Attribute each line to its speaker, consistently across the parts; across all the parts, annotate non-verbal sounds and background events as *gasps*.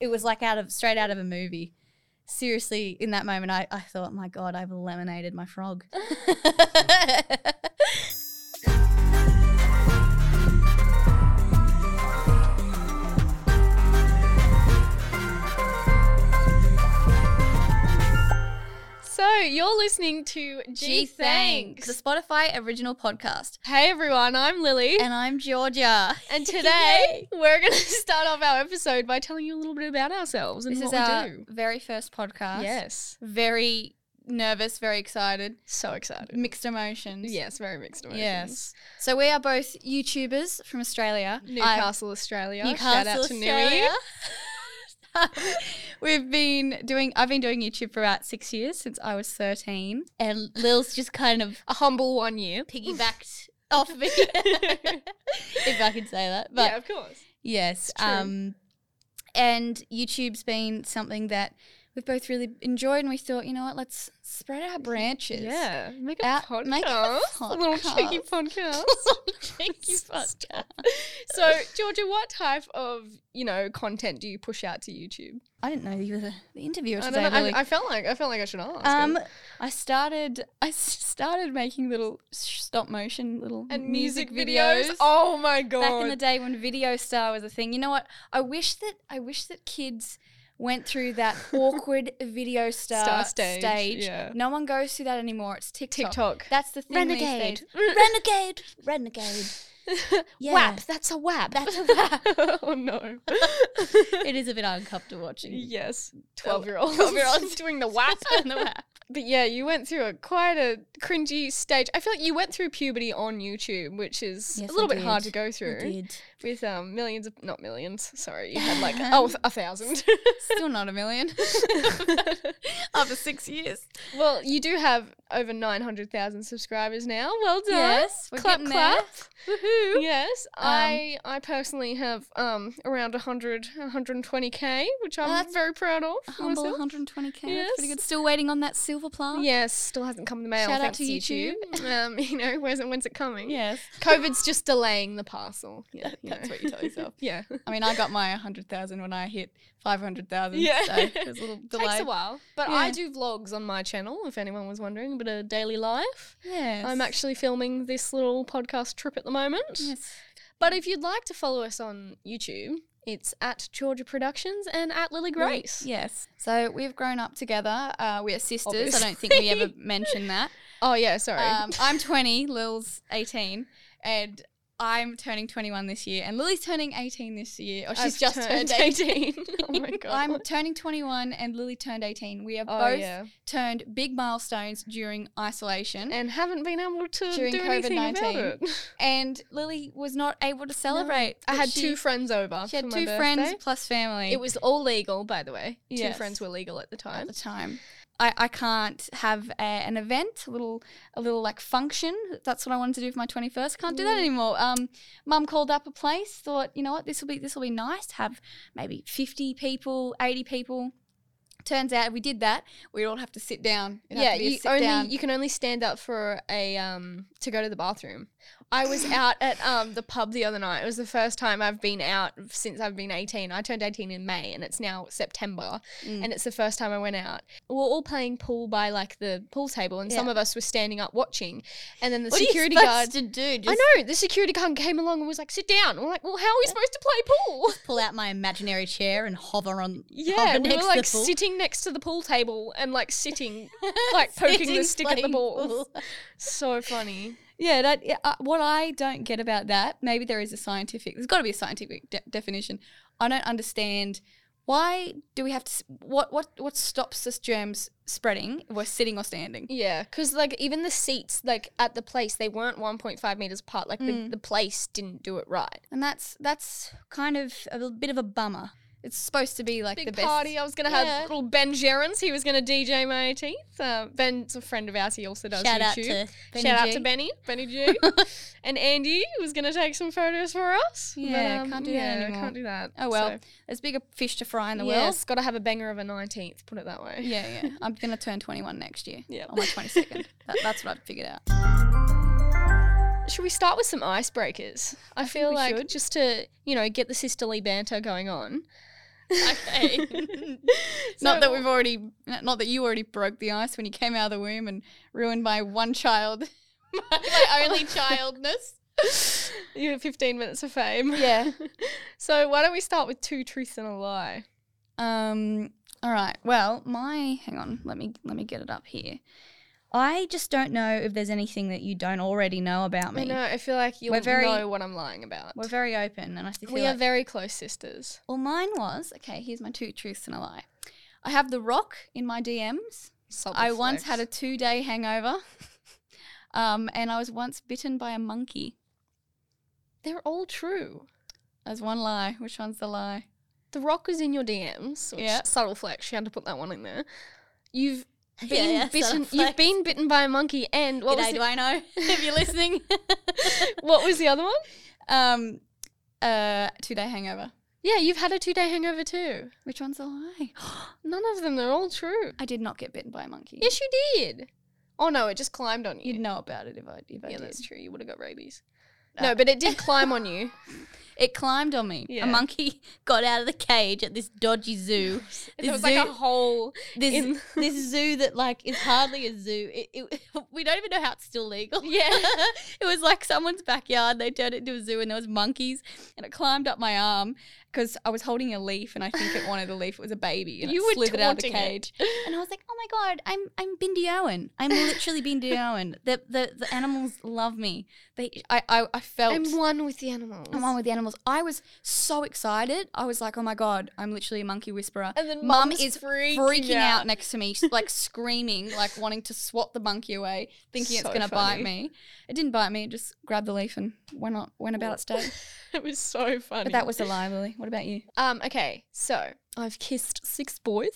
Speaker 1: it was like out of straight out of a movie. Seriously, in that moment, I, I thought, my God, I've lemonaded my
Speaker 2: *laughs*
Speaker 1: frog. *laughs*
Speaker 2: So you're listening to G, Thanks.
Speaker 1: the Spotify original
Speaker 2: *laughs*
Speaker 1: podcast.
Speaker 2: Hey everyone, I'm Lily.
Speaker 1: And I'm Georgia.
Speaker 2: *laughs*
Speaker 1: *laughs*
Speaker 2: And today we're going to *laughs* start off our episode by telling you a little bit about ourselves and
Speaker 1: this is
Speaker 2: what we
Speaker 1: our
Speaker 2: do.
Speaker 1: very first podcast.
Speaker 2: Yes.
Speaker 1: Very nervous, very excited,
Speaker 2: So excited.
Speaker 1: mixed emotions.
Speaker 2: Yes, very mixed emotions.
Speaker 1: Yes. So we are both YouTubers from Australia. I'm-
Speaker 2: Newcastle, Australia. Shout
Speaker 1: Newcastle,
Speaker 2: out to
Speaker 1: Australia. *laughs* Um,
Speaker 2: Nui.
Speaker 1: We've been doing. I've been doing YouTube for about six years since I was thirteen, and Lil's just kind of
Speaker 2: A humble one
Speaker 1: *laughs*
Speaker 2: year. *laughs*
Speaker 1: piggybacked off me, if I can say that. But
Speaker 2: yeah, of course.
Speaker 1: yes,
Speaker 2: It's true.
Speaker 1: um, and YouTube's been something that we've both really enjoyed, and we thought, you know what, let's spread our branches.
Speaker 2: Yeah. Make a
Speaker 1: Out-
Speaker 2: podcast.
Speaker 1: make a
Speaker 2: little cheeky
Speaker 1: *laughs*
Speaker 2: podcast.
Speaker 1: *laughs* Thank you, *laughs* Vodka.
Speaker 2: so, Georgia, what type of, you know, content do you push out to YouTube?
Speaker 1: I didn't know you were the, the interviewer
Speaker 2: I,
Speaker 1: today.
Speaker 2: don't know,
Speaker 1: Lily.
Speaker 2: I, I felt like I felt like I should ask.
Speaker 1: Um, I started. *laughs* I s- started making little s- stop motion little
Speaker 2: and
Speaker 1: m-
Speaker 2: music videos. Oh my god!
Speaker 1: back in the day when Video Star was a thing. You know what? I wish that I wish that kids went through
Speaker 2: *laughs*
Speaker 1: that awkward Video Star,
Speaker 2: Star
Speaker 1: stage.
Speaker 2: stage, yeah.
Speaker 1: No one goes through that anymore. It's TikTok.
Speaker 2: TikTok.
Speaker 1: That's the thing. These
Speaker 2: Renegade.
Speaker 1: days. Renegade. Renegade.
Speaker 2: *laughs*
Speaker 1: Yeah.
Speaker 2: Wap. That's a wap.
Speaker 1: That's
Speaker 2: *laughs*
Speaker 1: a
Speaker 2: wap. oh
Speaker 1: *laughs*
Speaker 2: no.
Speaker 1: It is a bit uncomfortable *laughs* watching.
Speaker 2: yes. Twelve year
Speaker 1: *laughs*
Speaker 2: olds.
Speaker 1: 12-year-olds.
Speaker 2: doing the wap.
Speaker 1: the wap.
Speaker 2: But yeah, you went through a quite a cringy stage. I feel like you went through puberty on YouTube, which is
Speaker 1: Yes,
Speaker 2: a little
Speaker 1: I
Speaker 2: bit hard to
Speaker 1: did.
Speaker 2: go
Speaker 1: I
Speaker 2: through
Speaker 1: did.
Speaker 2: with um millions of not millions. Sorry,
Speaker 1: *laughs*
Speaker 2: you had like oh a thousand. *laughs*
Speaker 1: Still not a million after six years.
Speaker 2: well, you do have over nine hundred thousand subscribers now. Well done.
Speaker 1: Yes, we're
Speaker 2: clap
Speaker 1: getting
Speaker 2: clap.
Speaker 1: Woohoo.
Speaker 2: Yes, I I personally have um around 100 120k, which I'm
Speaker 1: that's
Speaker 2: very proud of.
Speaker 1: A humble
Speaker 2: myself.
Speaker 1: 120k. That's pretty
Speaker 2: Yes.
Speaker 1: good. Still waiting on that silver plaque.
Speaker 2: Yes, still hasn't come in the mail.
Speaker 1: Shout out
Speaker 2: thanks
Speaker 1: to YouTube.
Speaker 2: *laughs* um, you know, where's it, when's it coming?
Speaker 1: Yes.
Speaker 2: COVID's just delaying
Speaker 1: *laughs*
Speaker 2: the parcel. Yeah,
Speaker 1: That- that's what you tell yourself.
Speaker 2: *laughs*
Speaker 1: *laughs*
Speaker 2: yeah,
Speaker 1: *laughs* I mean, I got my 100,000 when I hit 500,000.
Speaker 2: Yeah.
Speaker 1: So it
Speaker 2: *laughs*
Speaker 1: was a little
Speaker 2: takes
Speaker 1: delay.
Speaker 2: a while. But I
Speaker 1: Yeah.
Speaker 2: do vlogs on my channel. If anyone was wondering, a bit of daily life.
Speaker 1: Yes.
Speaker 2: I'm actually filming this little podcast trip at the moment.
Speaker 1: Yes.
Speaker 2: But if you'd like to follow us on YouTube, it's at Georgia Productions and at Lily Grace.
Speaker 1: Yes. So we've grown up together. Uh, we are sisters. I don't
Speaker 2: Obviously.
Speaker 1: think we ever
Speaker 2: *laughs*
Speaker 1: mentioned that.
Speaker 2: Oh yeah, sorry. *laughs*
Speaker 1: Um, I'm 20, Lil's 18, and I'm turning 21 this year, and Lily's turning 18 this year, or she's
Speaker 2: I've
Speaker 1: just turned, 18.
Speaker 2: *laughs* oh my god.
Speaker 1: *laughs* I'm turning 21 and Lily turned 18. We have
Speaker 2: oh,
Speaker 1: both
Speaker 2: yeah.
Speaker 1: turned big milestones during isolation.
Speaker 2: and haven't been able to
Speaker 1: During
Speaker 2: do anything about
Speaker 1: COVID-19.
Speaker 2: it.
Speaker 1: and Lily was not able to celebrate.
Speaker 2: I
Speaker 1: but
Speaker 2: had
Speaker 1: she-
Speaker 2: two friends over.
Speaker 1: She had
Speaker 2: for my
Speaker 1: two friends
Speaker 2: birthday.
Speaker 1: plus family.
Speaker 2: It was all legal, by the way.
Speaker 1: Yes.
Speaker 2: Two friends were legal at the
Speaker 1: at
Speaker 2: time.
Speaker 1: the time. I, I can't have a, an event, a little a little like function. That's what I wanted to do for my twenty first. Can't do that
Speaker 2: Mm.
Speaker 1: anymore. Um, Mum called up a place. Thought you know what this will be this will be nice to have maybe fifty people, eighty people. Turns out we did that. We'd all have to sit down. It'd have to
Speaker 2: Yeah,
Speaker 1: be a
Speaker 2: you
Speaker 1: sit
Speaker 2: only
Speaker 1: down.
Speaker 2: you can only stand up for a um to go to the bathroom. I was out at um the pub the other night. It was the first time I've been out since I've been 18. I turned 18 in May and it's now September.
Speaker 1: Mm.
Speaker 2: and it's the first time I went out. We were all playing pool by like the pool table, and some
Speaker 1: Yeah.
Speaker 2: of us were standing up watching. And then the
Speaker 1: What are you
Speaker 2: security
Speaker 1: supposed
Speaker 2: guard.
Speaker 1: to do
Speaker 2: I know the security guard came along and was like, "Sit down." And we're like, "Well, how are we supposed to play pool?"
Speaker 1: pull out my imaginary chair and hover on.
Speaker 2: Yeah, and we were like sitting next to the pool table and like *laughs* sitting, like poking the stick at the ball. So funny.
Speaker 1: Yeah, that yeah, uh, what I don't get about that. Maybe there is a scientific. There's got to be a scientific de- definition. I don't understand why do we have to s- what what what stops this germs spreading if we're sitting or standing?
Speaker 2: Yeah, because like even the seats, like at the place, they weren't 1.5 meters apart. Like the,
Speaker 1: Mm.
Speaker 2: the place didn't do it right.
Speaker 1: And that's that's kind of a little bit of a bummer. It's supposed to be like
Speaker 2: big
Speaker 1: the best
Speaker 2: party. I was gonna
Speaker 1: Yeah.
Speaker 2: have little Ben Gerrans. He was gonna DJ my 18th. Uh, Ben's a friend of ours. He also does
Speaker 1: shout out
Speaker 2: YouTube.
Speaker 1: to Benny
Speaker 2: Shout out
Speaker 1: G.
Speaker 2: to Benny, Benny *laughs* G, and Andy was gonna take some photos for us. um,
Speaker 1: Yeah, can't do that anymore.
Speaker 2: Can't do that.
Speaker 1: Oh well, there's bigger fish to fry in
Speaker 2: in
Speaker 1: the
Speaker 2: the
Speaker 1: world.
Speaker 2: yes, gotta have a banger of a 19th. Put it that way.
Speaker 1: Yeah, yeah. I'm gonna turn 21 next year.
Speaker 2: *laughs* Yeah.
Speaker 1: on my 22nd. that, that's what I've figured out.
Speaker 2: Should we start with some icebreakers? I, feel
Speaker 1: we
Speaker 2: like
Speaker 1: should.
Speaker 2: just to you know get the sisterly banter going on. Okay.
Speaker 1: *laughs*
Speaker 2: *laughs*
Speaker 1: not that
Speaker 2: So-
Speaker 1: we've already, not that you already broke the ice when you came out of the womb and ruined my one child, *laughs* my, my *laughs* only childness. *laughs*
Speaker 2: *laughs* You have 15 minutes of fame.
Speaker 1: Yeah.
Speaker 2: *laughs* So why don't we start with two truths and a lie?
Speaker 1: Um. All right. Well, my hang on. Let me let me get it up here. I just don't know if there's anything that you don't already know about
Speaker 2: I
Speaker 1: me.
Speaker 2: know. I feel like you'll
Speaker 1: We're very-
Speaker 2: know what I'm lying about.
Speaker 1: We're very open, and I feel
Speaker 2: We
Speaker 1: like
Speaker 2: are very close sisters.
Speaker 1: Well, mine was okay. Here's my two truths and a lie. I have the rock in my DMs.
Speaker 2: Subtle
Speaker 1: I once
Speaker 2: flex.
Speaker 1: had a two day hangover, *laughs* um, and I was once bitten by a monkey.
Speaker 2: They're all true.
Speaker 1: That's one lie. Which one's the lie?
Speaker 2: The Rock was in your DMs. Which
Speaker 1: Yeah.
Speaker 2: Subtle flex. She had to put that one in there. You've been
Speaker 1: *laughs* yeah, subtle
Speaker 2: bitten.
Speaker 1: flex.
Speaker 2: You've been bitten by a monkey. And what
Speaker 1: G'day,
Speaker 2: was
Speaker 1: do I know? if you're *laughs* listening,
Speaker 2: the, what was the other one?
Speaker 1: um, uh, two day hangover.
Speaker 2: Yeah, you've had a two day hangover too.
Speaker 1: Which one's a lie? *gasps*
Speaker 2: None of them. They're all true.
Speaker 1: I did not get bitten by a monkey.
Speaker 2: Yes, you did. Oh no, it just climbed on you.
Speaker 1: You'd know about it if I if I
Speaker 2: yeah,
Speaker 1: did.
Speaker 2: that's true. You would have got rabies.
Speaker 1: Uh,
Speaker 2: no, but it did climb on
Speaker 1: *laughs*
Speaker 2: you.
Speaker 1: It climbed on me.
Speaker 2: Yeah.
Speaker 1: A monkey *laughs* got out of the cage at this dodgy zoo.
Speaker 2: There was like a hole.
Speaker 1: this
Speaker 2: in-
Speaker 1: *laughs* this zoo that like is hardly a zoo. It, it, *laughs* we don't even know how it's still legal.
Speaker 2: *laughs* Yeah.
Speaker 1: *laughs* it was like someone's backyard. They turned it into a zoo, and there was monkeys, and it climbed up my arm because I was holding a leaf, and I think it wanted a leaf. It was a baby, and
Speaker 2: You
Speaker 1: it
Speaker 2: were
Speaker 1: slithered out of the
Speaker 2: taunting
Speaker 1: cage. And I was like, oh my god, I'm I'm Bindi Owen. I'm literally
Speaker 2: *laughs*
Speaker 1: Bindi Owen. The the the animals love me. They I I, I felt.
Speaker 2: I'm one with the animals.
Speaker 1: I'm one with the animals. I was so excited. I was like, "Oh my god, I'm literally a monkey whisperer."
Speaker 2: and then
Speaker 1: Mum
Speaker 2: mum is freaking,
Speaker 1: freaking out. next to me, s- like screaming, like wanting to swat the monkey away, thinking it's
Speaker 2: So
Speaker 1: gonna bite
Speaker 2: funny.
Speaker 1: me. It didn't bite me. It just grabbed the leaf and went on, went about its *laughs* day.
Speaker 2: *laughs* it was so funny.
Speaker 1: But that was a lie, Lily. What about you?
Speaker 2: um okay. So I've kissed six boys.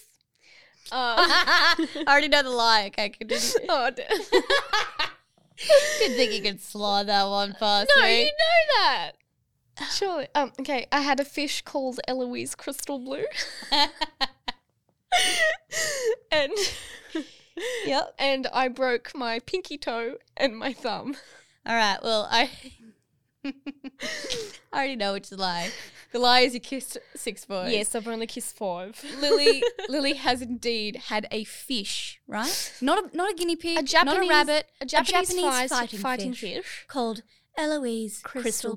Speaker 2: Uh,
Speaker 1: *laughs* I already know the lie. Okay, continue.
Speaker 2: oh, *laughs* d-
Speaker 1: *laughs* didn't think you could slide that one past
Speaker 2: *laughs* no, you know that. Surely. Um. Okay. I had a fish called Eloise Crystal *laughs* Blue, and
Speaker 1: yep.
Speaker 2: and I broke my pinky toe and my thumb.
Speaker 1: All right. Well, I. *laughs* I already know which is the lie. The lie is you kissed six boys.
Speaker 2: I've only kissed five.
Speaker 1: *laughs* Lily Lily has indeed had a fish, right? Not a not a guinea pig,
Speaker 2: A Japanese,
Speaker 1: not a rabbit
Speaker 2: a Japanese,
Speaker 3: Japanese
Speaker 2: fies-
Speaker 3: fighting
Speaker 2: fighting,
Speaker 3: fish.
Speaker 2: fish.
Speaker 3: called Eloise
Speaker 2: Crystal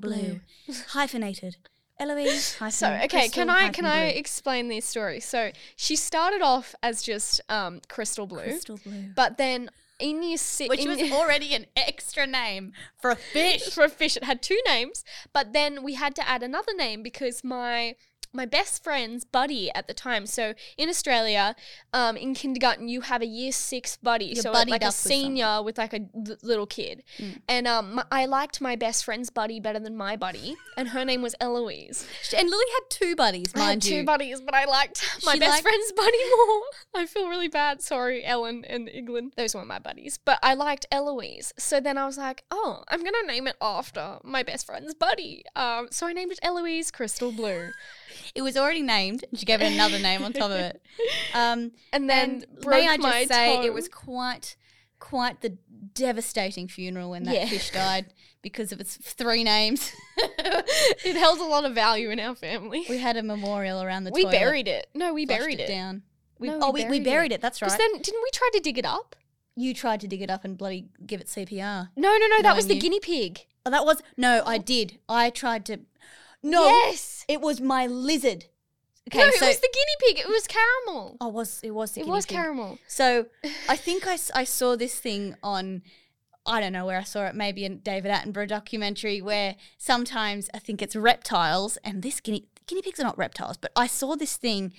Speaker 3: Crystal, Blue,
Speaker 1: *laughs*
Speaker 3: hyphenated. Eloise
Speaker 2: *laughs*
Speaker 3: hyphen.
Speaker 2: So okay,
Speaker 3: Crystal
Speaker 2: can I
Speaker 3: hyphen
Speaker 2: can I
Speaker 3: Blue.
Speaker 2: explain this story? So she started off as just um, Crystal Blue,
Speaker 3: Crystal
Speaker 2: *laughs*
Speaker 3: Blue.
Speaker 2: but then in year six,
Speaker 1: which was already an extra name for a fish.
Speaker 2: for a *laughs* fish. It had two names, but then we had to add another name because my my best friend's buddy at the time. So in Australia, um, in kindergarten, you have a year six buddy,
Speaker 1: You're
Speaker 2: so
Speaker 1: buddied
Speaker 2: like
Speaker 1: up
Speaker 2: a
Speaker 1: with
Speaker 2: senior with, like a l- little kid.
Speaker 1: Mm.
Speaker 2: And um, my, I liked my best friend's buddy better than my buddy, and her name was Eloise.
Speaker 1: *laughs* And Lily had two buddies,
Speaker 2: I had
Speaker 1: mind
Speaker 2: two
Speaker 1: you.
Speaker 2: buddies, but I liked *laughs* my
Speaker 1: She
Speaker 2: best
Speaker 1: liked-
Speaker 2: friend's buddy more.
Speaker 1: *laughs*
Speaker 2: I feel really bad. Sorry, Ellen and England. Those weren't my buddies, but I liked Eloise. So then I was like, oh, I'm gonna name it after my best friend's buddy. Um, so I named it Eloise Crystal Blue,
Speaker 1: it was already named. and She gave it another name on top of
Speaker 2: *laughs*
Speaker 1: it. Um,
Speaker 2: and then
Speaker 1: and
Speaker 2: broke
Speaker 1: may I
Speaker 2: my
Speaker 1: just say,
Speaker 2: toe.
Speaker 1: it was quite quite the devastating funeral when that
Speaker 2: Yeah. *laughs*
Speaker 1: fish died because of its three names.
Speaker 2: *laughs*
Speaker 1: *laughs*
Speaker 2: it held a lot of value in our family.
Speaker 1: we had a memorial around the
Speaker 2: We
Speaker 1: toilet.
Speaker 2: buried it. No, we
Speaker 1: flushed
Speaker 2: buried it.
Speaker 1: down. We,
Speaker 2: No,
Speaker 1: oh,
Speaker 2: we
Speaker 1: we, we
Speaker 2: buried it.
Speaker 1: buried it. That's right.
Speaker 2: Because then didn't we try to dig it up?
Speaker 1: You tried to dig it up and bloody give it CPR.
Speaker 2: No, no, no. That
Speaker 1: Knowing
Speaker 2: was the
Speaker 1: you.
Speaker 2: guinea pig.
Speaker 1: Oh, that was no, I did. I tried to. No,
Speaker 2: Yes.
Speaker 1: it was my lizard. Okay,
Speaker 2: no,
Speaker 1: so
Speaker 2: it was the guinea pig. It was caramel.
Speaker 1: oh, was it was the
Speaker 2: it
Speaker 1: guinea
Speaker 2: was
Speaker 1: pig. *laughs*
Speaker 2: caramel.
Speaker 1: So I think I, s- I saw this thing on. I don't know where I saw it, maybe in David Attenborough documentary where sometimes I think it's reptiles and this guinea guinea pigs are not reptiles, but I saw this thing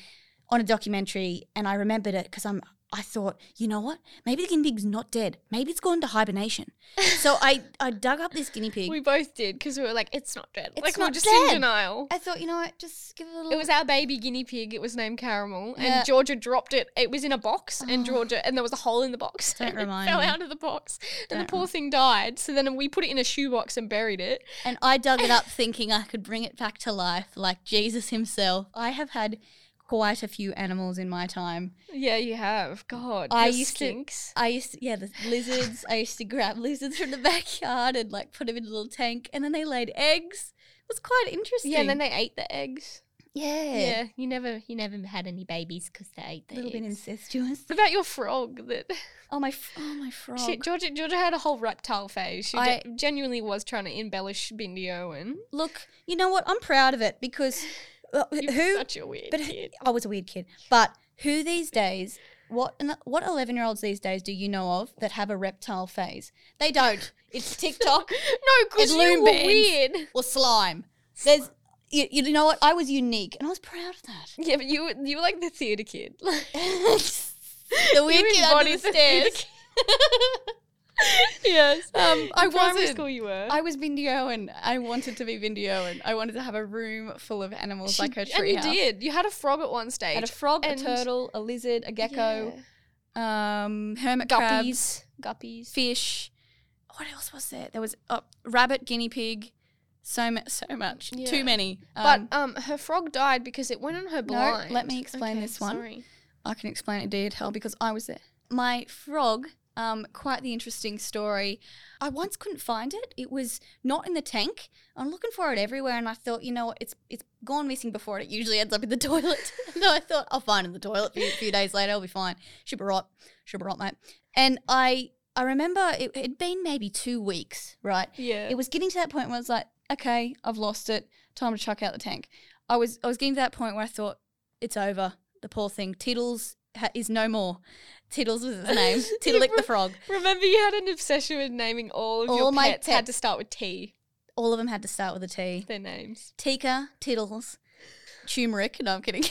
Speaker 1: on a documentary and I remembered it because I'm I thought, you know what? Maybe the guinea pig's not dead. Maybe it's gone to
Speaker 2: *laughs*
Speaker 1: hibernation. So I, I dug up this guinea pig.
Speaker 2: We both did because we were like, it's not dead.
Speaker 1: It's
Speaker 2: like, we're
Speaker 1: not
Speaker 2: just
Speaker 1: dead.
Speaker 2: in denial.
Speaker 1: I thought, you know what, just give it a little
Speaker 2: It was our baby guinea pig. It was named Caramel.
Speaker 1: Yeah. Oh.
Speaker 2: And Georgia dropped it. It was in a box, and Georgia, and there was a hole in the box.
Speaker 1: Don't
Speaker 2: *laughs* and
Speaker 1: remind
Speaker 2: It fell
Speaker 1: me.
Speaker 2: out of the box, and
Speaker 1: Don't
Speaker 2: the poor thing died. So then we put it in a shoebox and buried it.
Speaker 1: *laughs* And I dug it up thinking I could bring it back to life like Jesus himself. I have had quite a few animals in my time.
Speaker 2: Yeah, you have. God.
Speaker 1: I
Speaker 2: your
Speaker 1: used to-
Speaker 2: skinks.
Speaker 1: I used to, yeah, the lizards. I used to grab lizards from the backyard and like put them in a little tank and then they laid eggs. It was quite interesting.
Speaker 2: Yeah, and then they ate the eggs.
Speaker 1: Yeah.
Speaker 2: Yeah, you never you never had any babies because they ate
Speaker 3: A
Speaker 2: the
Speaker 3: little bit
Speaker 2: eggs.
Speaker 3: incestuous.
Speaker 2: What about your frog that
Speaker 1: *laughs*
Speaker 2: *laughs*
Speaker 1: Oh my, f- oh my frog.
Speaker 2: she, Georgia Georgia had a whole reptile phase. She
Speaker 1: I-
Speaker 2: de- genuinely was trying to embellish Bindi Owen.
Speaker 3: Look, you know what? I'm proud of it because uh,
Speaker 2: You were
Speaker 3: who?
Speaker 2: such a weird
Speaker 3: But
Speaker 2: kid.
Speaker 3: I was a weird kid.
Speaker 1: But who these days? What an- what eleven year olds these days do you know of that have a reptile phase? They don't. It's TikTok
Speaker 2: *laughs* No, because
Speaker 1: And
Speaker 2: you
Speaker 1: loom
Speaker 2: were
Speaker 1: bands.
Speaker 2: weird.
Speaker 1: or slime. There's you, you know what? I was unique and I was proud of that.
Speaker 2: Yeah, but you were- you were like the theater kid. *laughs*
Speaker 1: *laughs* the weird kid under the
Speaker 2: embodied the theatre
Speaker 1: stairs.
Speaker 2: *laughs* yes.
Speaker 1: um, I
Speaker 2: In primary
Speaker 1: wasn't.
Speaker 2: school you were. *laughs*
Speaker 1: I was Vindy Owen. I wanted to be Vindy Owen. I wanted to have a room full of animals
Speaker 2: She-
Speaker 1: like her
Speaker 2: and
Speaker 1: tree
Speaker 2: you did. You had a frog at one stage.
Speaker 1: Had a frog,
Speaker 2: and-
Speaker 1: a turtle, a lizard, a gecko,
Speaker 2: Yeah.
Speaker 1: um, hermit crabs,
Speaker 2: Guppies. Guppies.
Speaker 1: fish. What else was there? There was a rabbit, guinea pig. So mu- so much.
Speaker 2: Yeah.
Speaker 1: Too many.
Speaker 2: But
Speaker 1: Um,
Speaker 2: um, her frog died because it went on
Speaker 1: No,
Speaker 2: her blind.
Speaker 1: let me explain this one.
Speaker 2: Sorry.
Speaker 1: I can explain it detail because I was there. My frog. Um, quite the interesting story. I once couldn't find it. It was not in the tank. I'm looking for it everywhere, and I thought, you know, what, it's it's gone missing before it usually ends up in the *laughs* toilet. no, I thought I'll find it in the toilet. A few, few days later, I'll be fine. Should be right. Should be right, mate. And I I remember it had been maybe two weeks, right?
Speaker 2: Yeah.
Speaker 1: it was getting to that point where I was like, okay, I've lost it. Time to chuck out the tank. I was I was getting to that point where I thought it's over. The poor thing, Tiddles ha- is no more. Tiddles was his name. Tiddlick the frog.
Speaker 2: Remember, you had an obsession with naming all of your
Speaker 1: All my
Speaker 2: pets, had
Speaker 1: pets.
Speaker 2: to start with T.
Speaker 1: All of them had to start with a T.
Speaker 2: Their names.
Speaker 1: Tika, Tiddles, Turmeric. No, I'm kidding.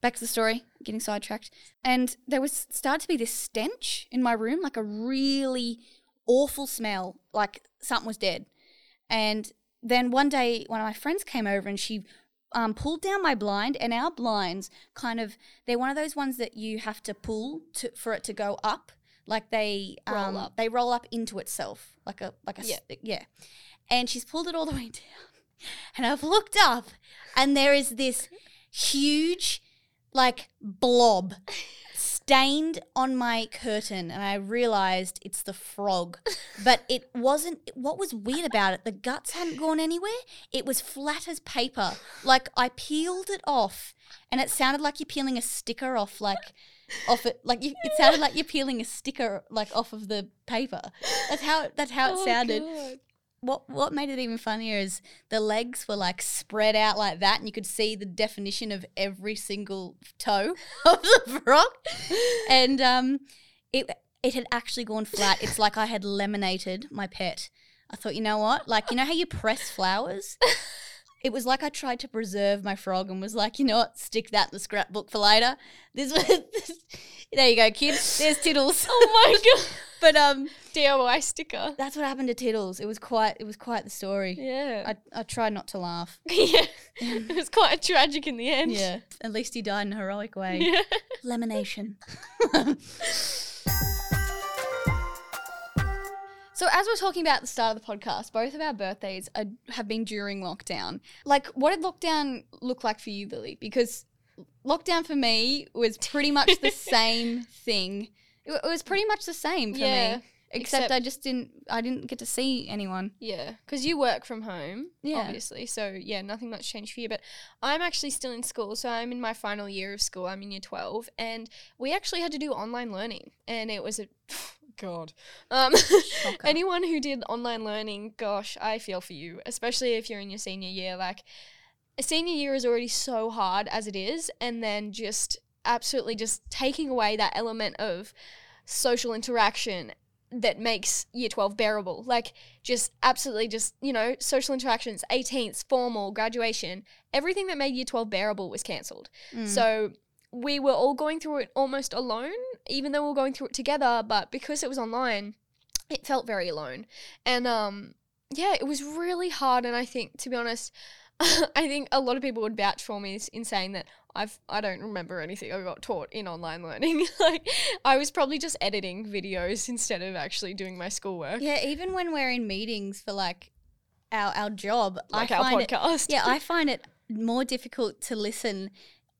Speaker 1: Back to the story. Getting sidetracked. And there was started to be this stench in my room, like a really awful smell, like something was dead. And then one day, one of my friends came over and she um, pulled down my blind, and our blinds kind of they're one of those ones that you have to pull to, for it to go up, like they um,
Speaker 2: Roll up.
Speaker 1: they roll up into itself, like a like a s- yeah. And she's pulled it all the way *laughs* down, and I've looked up, and there is this huge like blob stained on my curtain and I realized it's the
Speaker 2: *laughs*
Speaker 1: frog. But it wasn't what was weird about it, the guts hadn't gone anywhere. It was flat as paper. Like I peeled it off and it sounded like you're peeling a sticker off like off it like you, it sounded like you're peeling a sticker like off of the paper. That's how that's how it
Speaker 2: Oh,
Speaker 1: sounded
Speaker 2: God.
Speaker 1: what what made it even funnier is the legs were like spread out like that, and you could see the definition of every single toe *laughs* of the frog.
Speaker 2: Oh
Speaker 1: And um, it it had actually gone flat. It's like I had laminated my pet. I thought, you know what? Like you know how you press flowers. It was like I tried to preserve my frog and was like, you know what? Stick that in the scrapbook for later. This was *laughs* there you go, kids. There's Tiddles. *laughs*
Speaker 2: Oh my *laughs* god.
Speaker 1: But um,
Speaker 2: DIY sticker.
Speaker 1: that's what happened to Tiddles. It was quite it was quite the story.
Speaker 2: Yeah.
Speaker 1: I, Mm. I tried not to laugh.
Speaker 2: *laughs* yeah. It was quite tragic in the end. *laughs*
Speaker 1: At least he died in a heroic way.
Speaker 2: Yeah.
Speaker 3: Lemonation.
Speaker 1: *laughs* So, as we're talking about at the start of the podcast, both of our birthdays are, have been during lockdown. Like, what did lockdown look like for you, Lily? Because lockdown for me was pretty much *laughs* the same thing. It, wa- it was pretty much the same for
Speaker 2: Yeah,
Speaker 1: me, except,
Speaker 2: except-
Speaker 1: I just didn't. I didn't get to see *laughs* anyone.
Speaker 2: Yeah, because you work from home,
Speaker 1: Yeah.
Speaker 2: obviously. So yeah, nothing much changed for you. But I'm actually still in school, so I'm in my final year of school. I'm in year twelve, and we actually had to do online learning, and it was a *sighs* god. Um, *laughs* anyone who did online learning, gosh, I feel for you, especially if you're in your senior year. Like, a senior year is already so hard as it is, and then just absolutely just taking away that element of social interaction that makes year 12 bearable like just absolutely just you know social interactions 18th formal graduation everything that made year 12 bearable was cancelled
Speaker 1: Mm.
Speaker 2: so we were all going through it almost alone even though we were going through it together but because it was online it felt very alone and um yeah it was really hard and i think to be honest *laughs* i think a lot of people would vouch for me in saying that I've I don't remember anything I got taught in online learning. *laughs* like I was probably just editing videos instead of actually doing my schoolwork.
Speaker 1: yeah, even when we're in meetings for like our our job,
Speaker 2: Like
Speaker 1: I
Speaker 2: our
Speaker 1: find it
Speaker 2: *laughs* podcast.
Speaker 1: Yeah, I find it more difficult to listen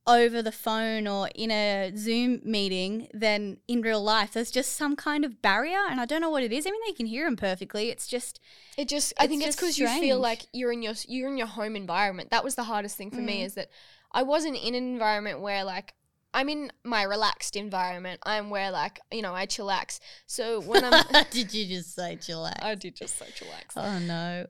Speaker 1: over the phone or in a Zoom meeting than in real life. There's just some kind of barrier, and I don't know what it is. I mean, they can hear him perfectly. It's just
Speaker 2: It just, I
Speaker 1: It's
Speaker 2: think it's
Speaker 1: just
Speaker 2: because you feel
Speaker 1: strange.
Speaker 2: like you're in your s- you're in your home environment. That was the hardest thing for me
Speaker 1: Mm.
Speaker 2: is that I wasn't in an environment where like I'm in my relaxed environment. I'm where like you know I chillax. So
Speaker 1: *laughs*
Speaker 2: when I'm,
Speaker 1: Um, did you just say chillax?
Speaker 2: I did just so *laughs* chillax.
Speaker 1: Oh no!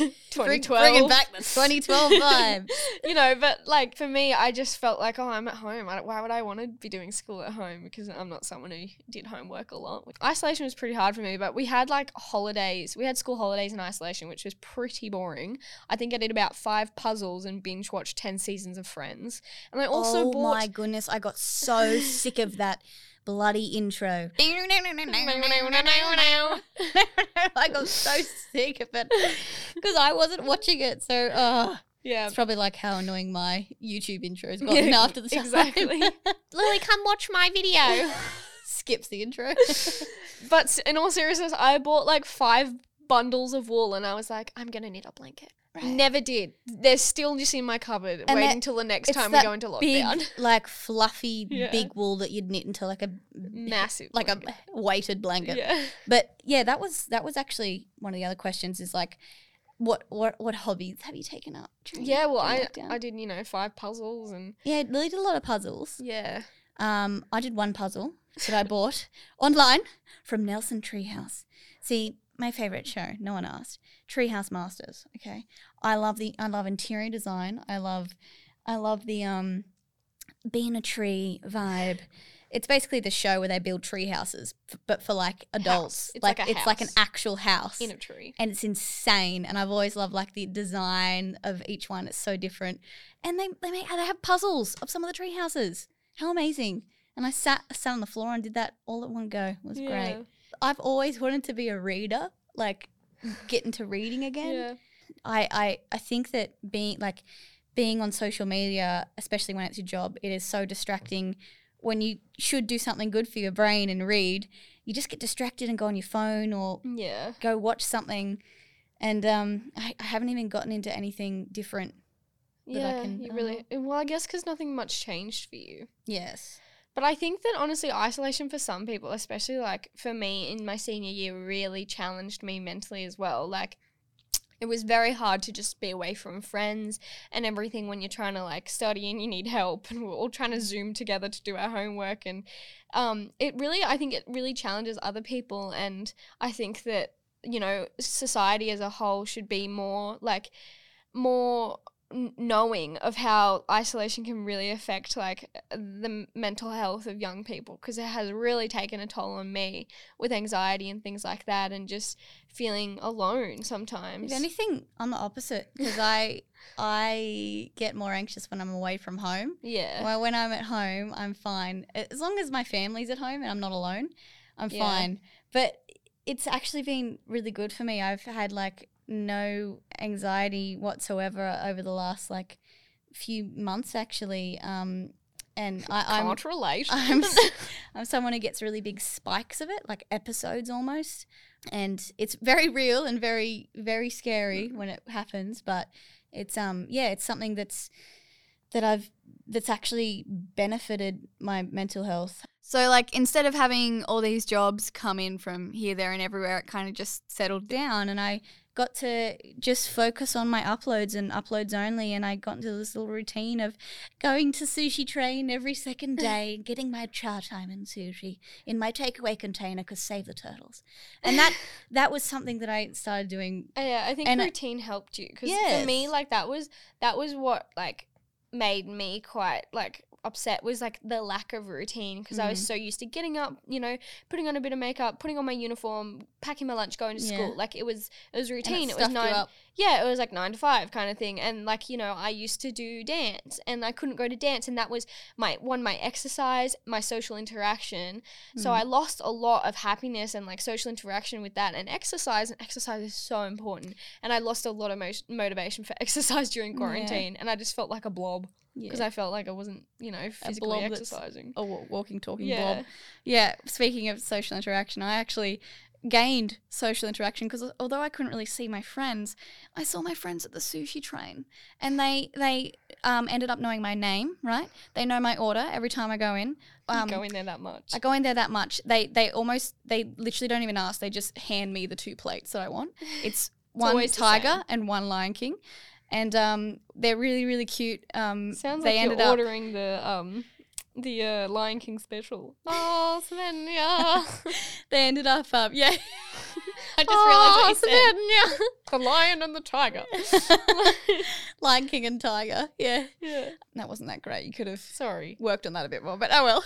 Speaker 2: 2012,
Speaker 1: bringing back *laughs* the 2012 *laughs* vibe.
Speaker 2: you know, but like for me, I just felt like oh I'm at home. I, why would I want to be doing school at home? Because I'm not someone who did homework a lot. Isolation was pretty hard for me, but we had like holidays. We had school holidays in isolation, which was pretty boring. I think I did about five puzzles and binge watched 10 seasons of Friends. And I also
Speaker 1: oh
Speaker 2: bought.
Speaker 1: my goodness! I got so sick of that bloody intro. *laughs* I got so sick of it because I wasn't watching it. So uh,
Speaker 2: *laughs* yeah.
Speaker 1: it's probably like how annoying my YouTube *laughs* intro's
Speaker 2: *laughs*
Speaker 1: gotten after the time. *laughs*
Speaker 2: Exactly.
Speaker 1: Lily, come watch my video. *laughs* Skips the *laughs* intro.
Speaker 2: But s- in all seriousness, I bought like five bundles of wool and I was like, I'm going to need a blanket. Never did. They're still just in my cupboard,
Speaker 1: And
Speaker 2: waiting
Speaker 1: that-
Speaker 2: till the next
Speaker 1: it's
Speaker 2: time we
Speaker 1: that
Speaker 2: go into
Speaker 1: Big,
Speaker 2: lockdown.
Speaker 1: like fluffy,
Speaker 2: Yeah.
Speaker 1: big wool that you'd knit into like a
Speaker 2: *laughs* Massive.
Speaker 1: *laughs* like a
Speaker 2: blanket.
Speaker 1: weighted blanket.
Speaker 2: Yeah.
Speaker 1: But yeah, that was that was actually one of the other questions is like, what what what hobbies have you taken up? during-
Speaker 2: *laughs* Yeah, well,
Speaker 1: during
Speaker 2: I,
Speaker 1: lockdown?
Speaker 2: I did, you know, five puzzles and
Speaker 1: yeah, Lily did a lot of puzzles.
Speaker 2: yeah.
Speaker 1: Um, I did one puzzle that I bought *laughs* online from Nelson Treehouse. See, my favorite show. No one asked. Treehouse Masters. Okay, I love the I love interior design. I love I love the um being a tree vibe. It's basically the show where they build tree houses, f- but for like adults.
Speaker 2: House. It's like a
Speaker 1: it's like an
Speaker 2: house.
Speaker 1: actual house
Speaker 2: In a tree.
Speaker 1: and it's insane. And I've always loved like the design of each one. It's so different, and they they make they have puzzles of some of the tree houses. How amazing! And I sat sat on the floor and did that all at one go. It was
Speaker 2: Yeah.
Speaker 1: great. I've always wanted to be a reader, like get into reading again.
Speaker 2: Yeah.
Speaker 1: I, I I think that being like being on social media, especially when it's your job, it is so distracting. When you should do something good for your brain and read, you just get distracted and go on your phone or
Speaker 2: Yeah.
Speaker 1: go watch something. And um, I, I haven't even gotten into anything different. that I
Speaker 2: Yeah,
Speaker 1: can-
Speaker 2: you
Speaker 1: oh.
Speaker 2: really. Well, I guess because nothing much changed for you.
Speaker 1: Yes.
Speaker 2: But I think that honestly, isolation for some people, especially like for me in my senior year, really challenged me mentally as well. Like, it was very hard to just be away from friends and everything when you're trying to like study and you need help and we're all trying to zoom together to do our homework and um, it really i think it really challenges other people and i think that you know society as a whole should be more like more n- knowing of how isolation can really affect like the m- mental health of young people because it has really taken a toll on me with anxiety and things like that and just feeling alone sometimes
Speaker 1: If anything, I'm the opposite because
Speaker 2: *laughs*
Speaker 1: I I get more anxious when I'm away from home.
Speaker 2: yeah
Speaker 1: Well, when I'm at home, I'm fine as long as my family's at home and I'm not alone. I'm
Speaker 2: Yeah.
Speaker 1: fine. But it's actually been really good for me. I've had like no anxiety whatsoever over the last like few months actually. Um, and I, I'm
Speaker 2: can't relate
Speaker 1: *laughs* I'm, s- I'm someone who gets really big spikes of it, like episodes almost. And it's very real and very, very scary when it happens. But it's, um, yeah, it's something that's, that I've, that's actually benefited my mental health. So, like, instead of having all these jobs come in from here, there, and everywhere, it kind of just settled down. And I got to just focus on my uploads and uploads only. And I got into this little routine of going to sushi train every *laughs* second day and getting my chow time and sushi in my takeaway container because save the turtles. And that that was something that I started doing.
Speaker 2: *laughs* Yeah, I think
Speaker 1: And I-
Speaker 2: routine helped you because for
Speaker 1: Yes.
Speaker 2: me, like that was that was what like made me quite like upset was like the lack of routine because I was
Speaker 1: Mm-hmm.
Speaker 2: so used to getting up, you know, putting on a bit of makeup, putting on my uniform, packing my lunch, going to
Speaker 1: Yeah.
Speaker 2: school. Like it was it was
Speaker 1: and
Speaker 2: routine. It, was
Speaker 1: stuffed you
Speaker 2: nine.
Speaker 1: up.
Speaker 2: Yeah, it was like nine to five kind of thing. And like you know, I used to do dance, and I couldn't go to dance, and that was my one my exercise, my social interaction, so
Speaker 1: Mm.
Speaker 2: I lost a lot of happiness and like social interaction with that and exercise. And exercise is so important. And I lost a lot of mo- motivation for *laughs* exercise during
Speaker 1: Yeah.
Speaker 2: quarantine. And I just felt like a blob because
Speaker 1: yeah.
Speaker 2: I felt like I wasn't, you know, physically
Speaker 1: blob that's-
Speaker 2: exercising.
Speaker 1: a wa- walking talking
Speaker 2: Yeah.
Speaker 1: blob. Yeah. Speaking of social interaction, I actually gained social interaction because although I couldn't really see my friends, I saw my friends at the sushi train, and they they um, ended up knowing my name. Right? They know my order every time I go in. Um,
Speaker 2: go in there that much.
Speaker 1: I go in there that much. They they almost they literally don't even ask. They just hand me the two plates that I
Speaker 2: *sighs*
Speaker 1: want. It's one
Speaker 2: always the
Speaker 1: tiger
Speaker 2: same.
Speaker 1: and one Lion King, and um, they're really really cute. Um,
Speaker 2: Sounds
Speaker 1: they
Speaker 2: like
Speaker 1: ended
Speaker 2: you're
Speaker 1: up
Speaker 2: ordering the um the uh, Lion King special.
Speaker 1: *laughs*
Speaker 2: Oh, Svenja.
Speaker 1: they ended up um, yeah. *laughs* I just
Speaker 2: oh,
Speaker 1: realized what you said.
Speaker 2: Svenja. the lion and the tiger.
Speaker 1: *laughs* Lion King and Tiger. Yeah,
Speaker 2: *laughs*
Speaker 1: *laughs*
Speaker 2: yeah.
Speaker 1: that wasn't that great. You could have
Speaker 2: *laughs* Sorry.
Speaker 1: worked on that a bit more, but oh well.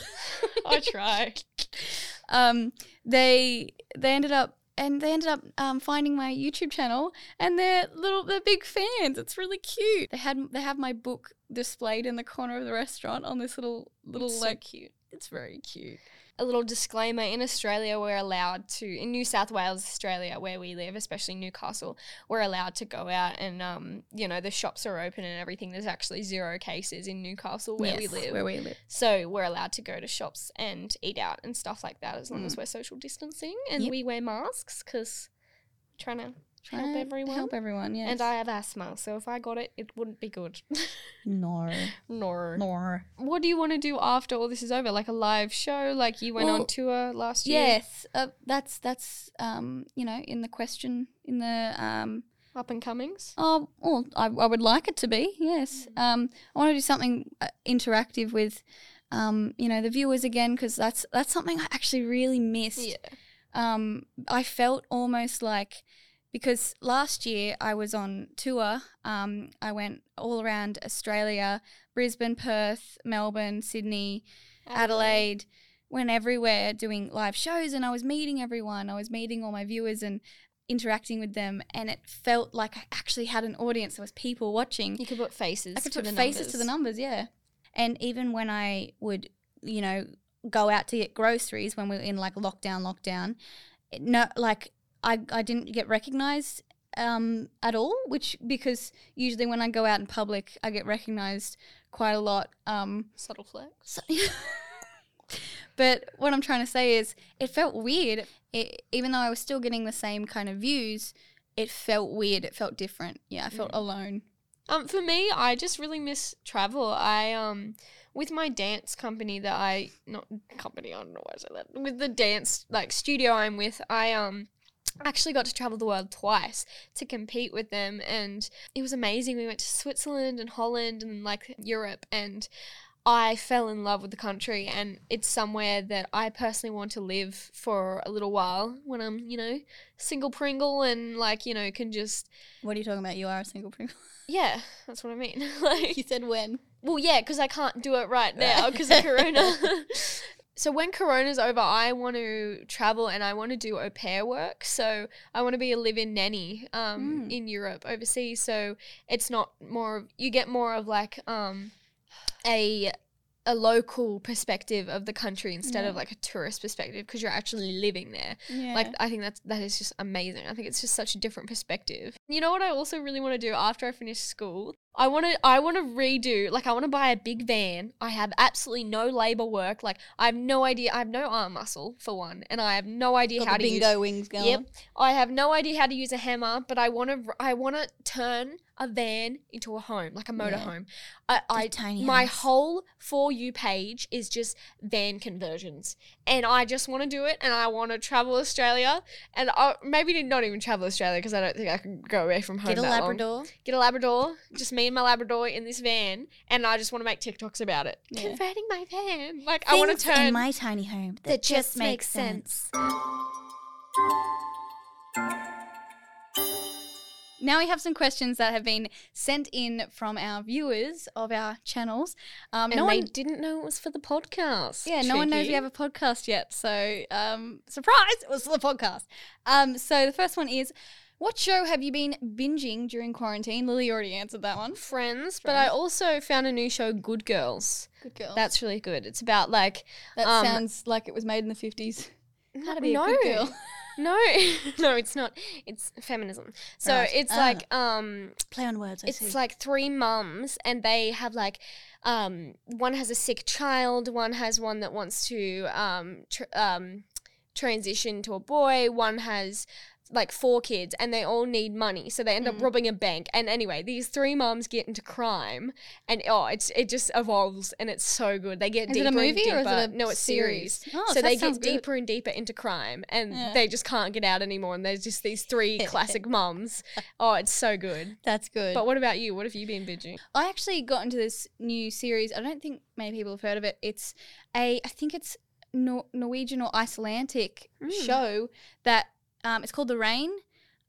Speaker 2: I try.
Speaker 1: um, they they ended up and they ended up um, finding my YouTube channel, and they're little they're big fans. It's really cute. They had they have my book displayed in the corner of the restaurant on this little little
Speaker 2: It's so
Speaker 1: like cute. It's very cute.
Speaker 2: a little disclaimer in Australia, we're allowed to, in New South Wales, Australia, where we live, especially Newcastle, we're allowed to go out and, um, you know, the shops are open and everything. There's actually zero cases in Newcastle where we
Speaker 1: Yes,
Speaker 2: live.
Speaker 1: where we live.
Speaker 2: so we're allowed to go to shops and eat out and stuff like that as long
Speaker 1: Mm.
Speaker 2: as we're social distancing and
Speaker 1: Yep.
Speaker 2: we wear masks because trying to
Speaker 1: Try
Speaker 2: help
Speaker 1: to
Speaker 2: everyone.
Speaker 1: Help everyone. Yes.
Speaker 2: And I have asthma, so if I got it, it wouldn't be good. *laughs*
Speaker 3: No.
Speaker 2: no.
Speaker 3: No.
Speaker 2: What do you want to do after all this is over? Like a live show? Like you went
Speaker 1: Well,
Speaker 2: on tour last year?
Speaker 1: Yes, uh, that's that's um, you know in the question in the um,
Speaker 2: Up and comings?
Speaker 1: Oh, well, I, I would like it to be, yes. Um, I want to do something uh, interactive with, um, you know, the viewers again because that's that's something I actually really missed. Um, I felt almost like because last year I was on tour. Um, I went all around Australia, Brisbane, Perth, Melbourne, Sydney, Adelaide, went everywhere doing live shows and I was meeting everyone. I was meeting all my viewers and interacting with them and it felt like I actually had an audience. There was people watching.
Speaker 2: You could put faces.
Speaker 1: I could
Speaker 2: to
Speaker 1: put
Speaker 2: the
Speaker 1: faces to the numbers, yeah. And even when I would, you know, go out to get groceries when we were in like lockdown, lockdown, it, no, like I, I didn't get recognized um, at all, which because usually when I go out in public, I get recognized quite a lot. Um,
Speaker 2: Subtle flex.
Speaker 1: so- *laughs* but what I'm trying to say is, it felt weird. It, even though I was still getting the same kind of views, it felt weird. It felt different. Yeah, I felt alone.
Speaker 2: Um, for me, I just really miss travel. I um, with my dance company that I not company. I don't know why I said that. With the dance like studio I'm with, I um. Actually, got to travel the world twice to compete with them, and it was amazing. We went to Switzerland and Holland and like Europe, and I fell in love with the country. And it's somewhere that I personally want to live for a little while when I'm, you know, single Pringle and like, you know, can just
Speaker 1: What are you talking about? You are a single pringle.
Speaker 2: yeah, that's what I mean. *laughs*
Speaker 1: *laughs*
Speaker 2: like,
Speaker 1: you said when?
Speaker 2: well, yeah, because I can't do it right now because of Corona. *laughs* so when Corona's over, I want to travel and I want to do au pair work. So I want to be a live-in nanny um,
Speaker 1: Mm.
Speaker 2: in Europe, overseas. So it's not more of you get more of like um, a a local perspective of the country instead of
Speaker 1: Yeah.
Speaker 2: like a tourist perspective because you're actually living there.
Speaker 1: Yeah.
Speaker 2: Like I think that's that is just amazing. I think it's just such a different perspective. You know what I also really want to do after I finish school? I want to I want to redo like I want to buy a big van. I have absolutely no labor work. Like I have no idea. I have no arm muscle for one, and I have no idea how to use
Speaker 1: wings going.
Speaker 2: Yep. I have no idea how to use a hammer, but I want to. I want to turn a van into a home, like a motorhome. I, I
Speaker 3: tiny
Speaker 2: my
Speaker 3: house.
Speaker 2: whole for you page is just van conversions, and I just want to do it, and I want to travel Australia, and I, maybe not even travel Australia because I don't think I can go away from home.
Speaker 1: Get a
Speaker 2: that long.
Speaker 1: Labrador.
Speaker 2: Get a Labrador. Just me and my Labrador in this van, and I just want to make TikToks about it.
Speaker 1: Yeah.
Speaker 2: Converting my van, like I want to
Speaker 3: Things
Speaker 2: turn
Speaker 3: in my tiny home that, just makes sense.
Speaker 1: Now we have some questions that have been sent in from our viewers of our channels. Um,
Speaker 2: And
Speaker 1: no
Speaker 2: they
Speaker 1: one,
Speaker 2: didn't know it was for the podcast.
Speaker 1: yeah, no one knows we
Speaker 2: Cheeky.
Speaker 1: have a podcast yet. So um, surprise, it was the podcast. Um, so the first one is, what show have you been binging during quarantine? Lily already answered that one.
Speaker 2: Friends, but I
Speaker 1: Friends.
Speaker 2: also found a new show, Good Girls.
Speaker 1: Good girl. That,
Speaker 2: That's really good. It's about like um,
Speaker 1: sounds like it was made in the fifties. How to be
Speaker 2: no,
Speaker 1: a good girl.
Speaker 2: no, *laughs* no, it's not. It's feminism. So
Speaker 1: Right.
Speaker 2: it's
Speaker 3: Ah.
Speaker 2: like um,
Speaker 3: Play on words. I
Speaker 2: it's
Speaker 3: see.
Speaker 2: like three mums, and they have like um, one has a sick child, one has one that wants to um, tr- um. transitioned to a boy, one has like four kids and they all need money so they end
Speaker 1: Mm.
Speaker 2: up robbing a bank and anyway these three mums get into crime and oh it's it just evolves and it's so good they
Speaker 1: Is
Speaker 2: get
Speaker 1: it
Speaker 2: deeper
Speaker 1: a
Speaker 2: and
Speaker 1: movie
Speaker 2: deeper
Speaker 1: or is it a
Speaker 2: no it's series,
Speaker 1: Oh,
Speaker 2: so
Speaker 1: that
Speaker 2: they
Speaker 1: sounds
Speaker 2: get
Speaker 1: good.
Speaker 2: deeper and deeper into crime and
Speaker 1: Yeah.
Speaker 2: they just can't get out anymore and there's just these three
Speaker 1: *laughs*
Speaker 2: classic mums oh it's so good
Speaker 1: That's good.
Speaker 2: but what about you what have you been binging
Speaker 1: I actually got into this new series. I don't think many people have heard of it. It's a, I think it's Nor- Norwegian or Icelandic
Speaker 2: Mm.
Speaker 1: show that um, it's called The Rain.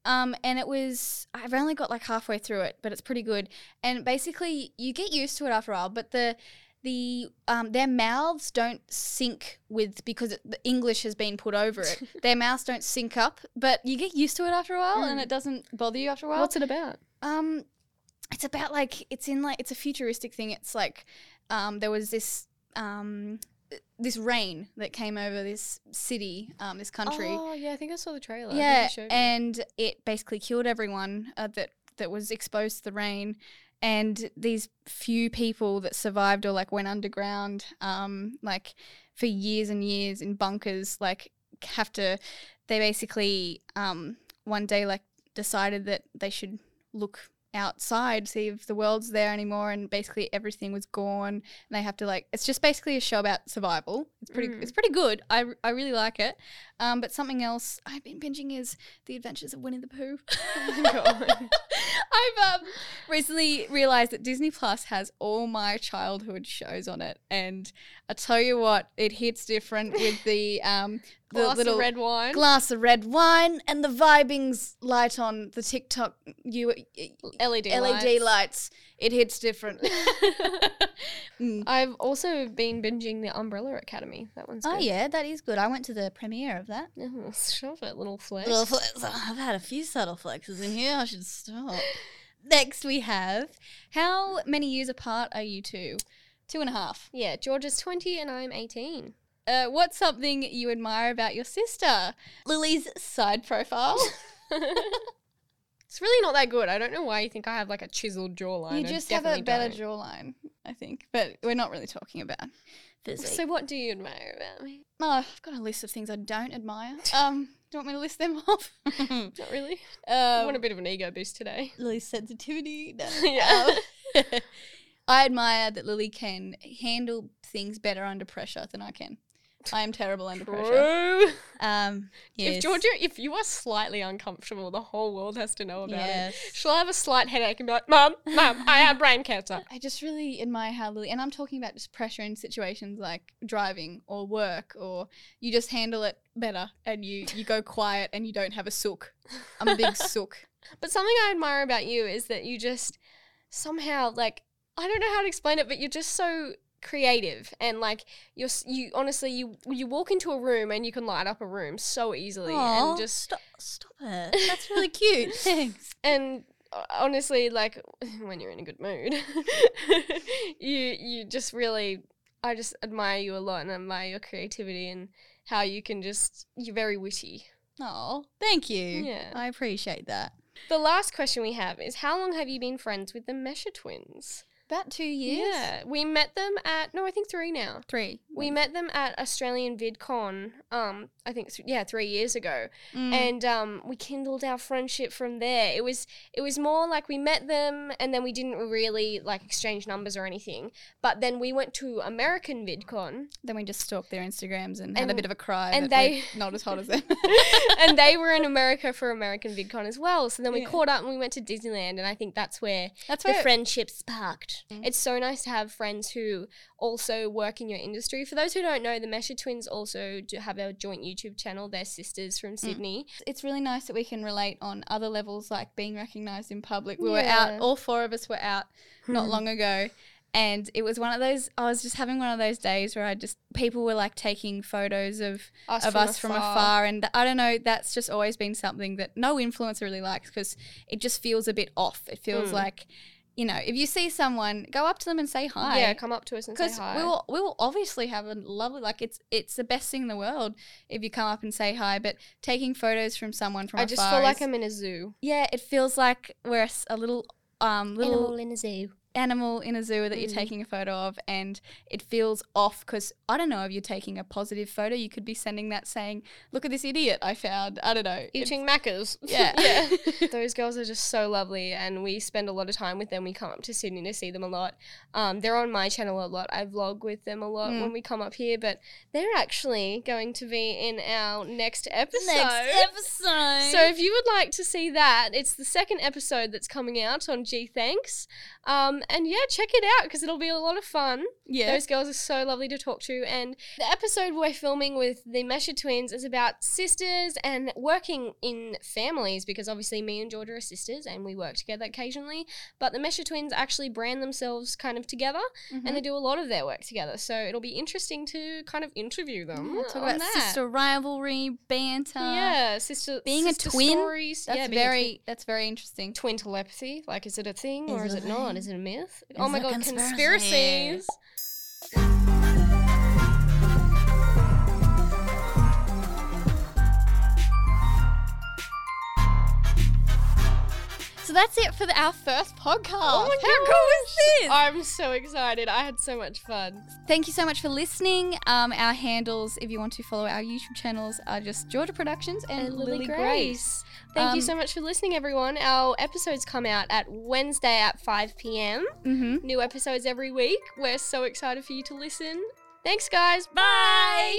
Speaker 1: Um, and it was, I've only got like halfway through it, but it's pretty good. And basically, you get used to it after a while, but the, the um, their mouths don't sync with because it, the English has been put over it. their mouths don't sync up, but you get used to it after a while, and
Speaker 2: Mm.
Speaker 1: it doesn't bother you after a while.
Speaker 2: what's it about
Speaker 1: Um, it's about like it's in like it's a futuristic thing. It's like um, there was this um, this rain that came over this city, um, this country.
Speaker 2: oh yeah i think i saw the trailer
Speaker 1: yeah,
Speaker 2: *laughs*
Speaker 1: and it basically killed everyone uh, that that was exposed to the rain. And these few people that survived or like went underground, um, like for years and years in bunkers, like have to. They basically um, one day like decided that they should look outside, see if the world's there anymore, and basically everything was gone. And they have to like, it's just basically a show about survival. It's pretty,
Speaker 2: Mm.
Speaker 1: it's pretty good. I, I really like it. Um, but something else I've been binging is The Adventures of Winnie the Pooh. *laughs*
Speaker 2: Oh my God.
Speaker 1: I've um, recently realized that Disney Plus has all my childhood shows on it, and I tell you what, it hits different with the um, the
Speaker 2: the
Speaker 1: little
Speaker 2: red wine
Speaker 1: glass of red wine and the vibings light on the TikTok uh, you
Speaker 2: E led
Speaker 1: LED E lights. It hits different.
Speaker 2: *laughs*
Speaker 1: *laughs* Mm.
Speaker 2: I've also been binging the Umbrella Academy. That one's good.
Speaker 3: Oh yeah, that is good. I went to the premiere of that.
Speaker 2: Oh, *laughs* shove it, little flex.
Speaker 3: Little flex.
Speaker 1: Oh,
Speaker 3: I've had a few subtle flexes in here. I should
Speaker 2: *laughs*
Speaker 3: stop.
Speaker 1: Next we have how many years apart are you two? Two and a half.
Speaker 2: Yeah, George is 20 and I'm 18.
Speaker 1: Uh, what's something you admire about your sister? Lily's side
Speaker 2: *laughs*
Speaker 1: profile.
Speaker 2: It's really not that good. I don't know why you think I have like a chiseled
Speaker 1: you
Speaker 2: jawline. I
Speaker 1: just have a
Speaker 2: definitely
Speaker 1: better
Speaker 2: don't.
Speaker 1: jawline, I think. But we're not really talking about.
Speaker 3: Fizzy.
Speaker 2: So, what do you admire about me?
Speaker 1: Oh, I've got a list of things I don't admire.
Speaker 2: *laughs*
Speaker 1: Um, do you want me to list them off? um,
Speaker 2: Not really. I want a bit of an ego
Speaker 1: *laughs*
Speaker 2: boost today.
Speaker 3: Lily's
Speaker 2: *laughs*
Speaker 3: sensitivity. No.
Speaker 2: yeah.
Speaker 1: Um, I admire that Lily can handle things better under pressure than I can. I am terrible *laughs* under pressure.
Speaker 2: True.
Speaker 3: Um. Yes.
Speaker 2: If Georgia, if you are slightly uncomfortable, the whole world has to know about
Speaker 3: Yes.
Speaker 2: it. She'll have a slight headache and be like, "Mum, Mum, I have brain cancer."
Speaker 1: I just really admire how Lily, and I'm talking about just pressure in situations like driving or work, or you just handle it better and you you go quiet and you don't have a sook. I'm a
Speaker 2: *laughs*
Speaker 1: big sook.
Speaker 2: But something I admire about you is that you just somehow like I don't know how to explain it, but you're just so creative and like you're s- you honestly you you walk into a room and you can light up a room so easily
Speaker 3: Aw,
Speaker 2: and just
Speaker 3: stop, stop it.
Speaker 2: *laughs*
Speaker 3: That's really cute. Thanks.
Speaker 2: and uh, honestly like *laughs* when you're in a good mood *laughs* you you just really I just admire you a lot and admire your creativity and how you can just you're very witty.
Speaker 3: Oh, thank you.
Speaker 2: Yeah.
Speaker 3: I appreciate that.
Speaker 2: The last question we have is how long have you been friends with the Mesha twins?
Speaker 1: About two years.
Speaker 2: Yeah, we met them at no, I think three now.
Speaker 1: Three.
Speaker 2: We met them at Australian VidCon. Um, I think th- yeah, three years ago,
Speaker 1: Mm.
Speaker 2: and um, we kindled our friendship from there. It was it was more like we met them, and then we didn't really like exchange numbers or anything. But then we went to American
Speaker 1: *laughs*
Speaker 2: VidCon,
Speaker 1: then we just stalked their Instagrams and, had
Speaker 2: And-
Speaker 1: a bit of a cry.
Speaker 2: and
Speaker 1: that we're
Speaker 2: they-
Speaker 1: not as hot as
Speaker 2: *laughs*
Speaker 1: them. *laughs*
Speaker 2: and they were in America for American VidCon as well. So then we
Speaker 1: Yeah.
Speaker 2: caught up and we went to Disneyland, and I think that's where
Speaker 1: That's
Speaker 2: the
Speaker 1: where
Speaker 2: friendship sparked.
Speaker 1: Mm.
Speaker 2: It's so nice to have friends who also work in your industry. For those who don't know, the Mesha twins also do have a joint YouTube channel. They're sisters
Speaker 1: Mm.
Speaker 2: from Sydney.
Speaker 1: it's really nice that we can relate on other levels, like being recognized in public. We were
Speaker 2: Yeah. Hmm.
Speaker 1: out, all four of us were out Hmm. not long ago. And it was one of those, I was just having one of those days where I just, people were like taking photos of,
Speaker 2: Us
Speaker 1: of us from afar. And I don't know, that's just always been something that no influencer really likes because it just feels a bit off. It feels
Speaker 2: Mm.
Speaker 1: like, you know, if you see someone, go up to them and say hi
Speaker 2: Yeah, come up to us and say
Speaker 1: because
Speaker 2: hi.
Speaker 1: we will we will obviously have a lovely like it's it's the best thing in the world if you come up and say hi but taking photos from someone from
Speaker 2: I just
Speaker 1: afar
Speaker 2: feel like
Speaker 1: is-
Speaker 2: I'm in a zoo.
Speaker 1: yeah it feels like we're a s- a little um little
Speaker 2: in a zoo.
Speaker 1: animal in a zoo that you're
Speaker 2: Mm.
Speaker 1: taking a photo of and it feels off because I don't know if you're taking a positive photo, you could be sending that saying, Look at this idiot I found. I don't know. It's-
Speaker 2: Eating *laughs* macas.
Speaker 1: Yeah. *laughs*
Speaker 2: yeah. Those girls are just so lovely, and we spend a lot of time with them. We come up to Sydney to see them a lot. Um, they're on my channel a lot. I vlog with them a lot
Speaker 1: Mm.
Speaker 2: when we come up here, but they're actually going to be in our next episode.
Speaker 3: Next episode.
Speaker 2: So if you would like to see that, it's the second episode that's coming out on G Thanks. Um, and yeah, check it out because it'll be a lot of fun.
Speaker 1: yeah.
Speaker 2: Those girls are so lovely to talk to. And the episode we're filming with the Mesha twins is about sisters and working in families because obviously me and Georgia are sisters and we work together occasionally. But the Mesha twins actually brand themselves kind of together
Speaker 1: Mm-hmm.
Speaker 2: and they do a lot of their work together. So it'll be interesting to kind of interview them.
Speaker 1: Yeah, talk
Speaker 2: on
Speaker 1: about
Speaker 2: that.
Speaker 1: sister rivalry, banter.
Speaker 2: Yeah, sister.
Speaker 1: Being a
Speaker 2: sister
Speaker 1: twin?
Speaker 2: Stories.
Speaker 1: That's
Speaker 2: yeah, being a
Speaker 1: very that's very interesting.
Speaker 2: twin telepathy? Like, is it a thing
Speaker 3: Is
Speaker 2: or
Speaker 3: it
Speaker 2: is
Speaker 3: a
Speaker 2: it not?
Speaker 3: thing?
Speaker 2: Is it a myth? oh my
Speaker 3: it a
Speaker 2: god,
Speaker 3: conspiracy?
Speaker 2: conspiracies!
Speaker 1: So that's it for the, our first podcast.
Speaker 2: Oh my
Speaker 1: How cool is this?
Speaker 2: I'm so excited. I had so much fun.
Speaker 1: Thank you so much for listening. Um, our handles, if you want to follow our YouTube channels, are just Georgia Productions and, Lily, Grace.
Speaker 2: Thank
Speaker 1: Um,
Speaker 2: you so much for listening, everyone. Our episodes come out at Wednesday at 5 p.m.
Speaker 1: Mm-hmm.
Speaker 2: New episodes every week. We're so excited for you to listen. Thanks, guys.
Speaker 1: Bye.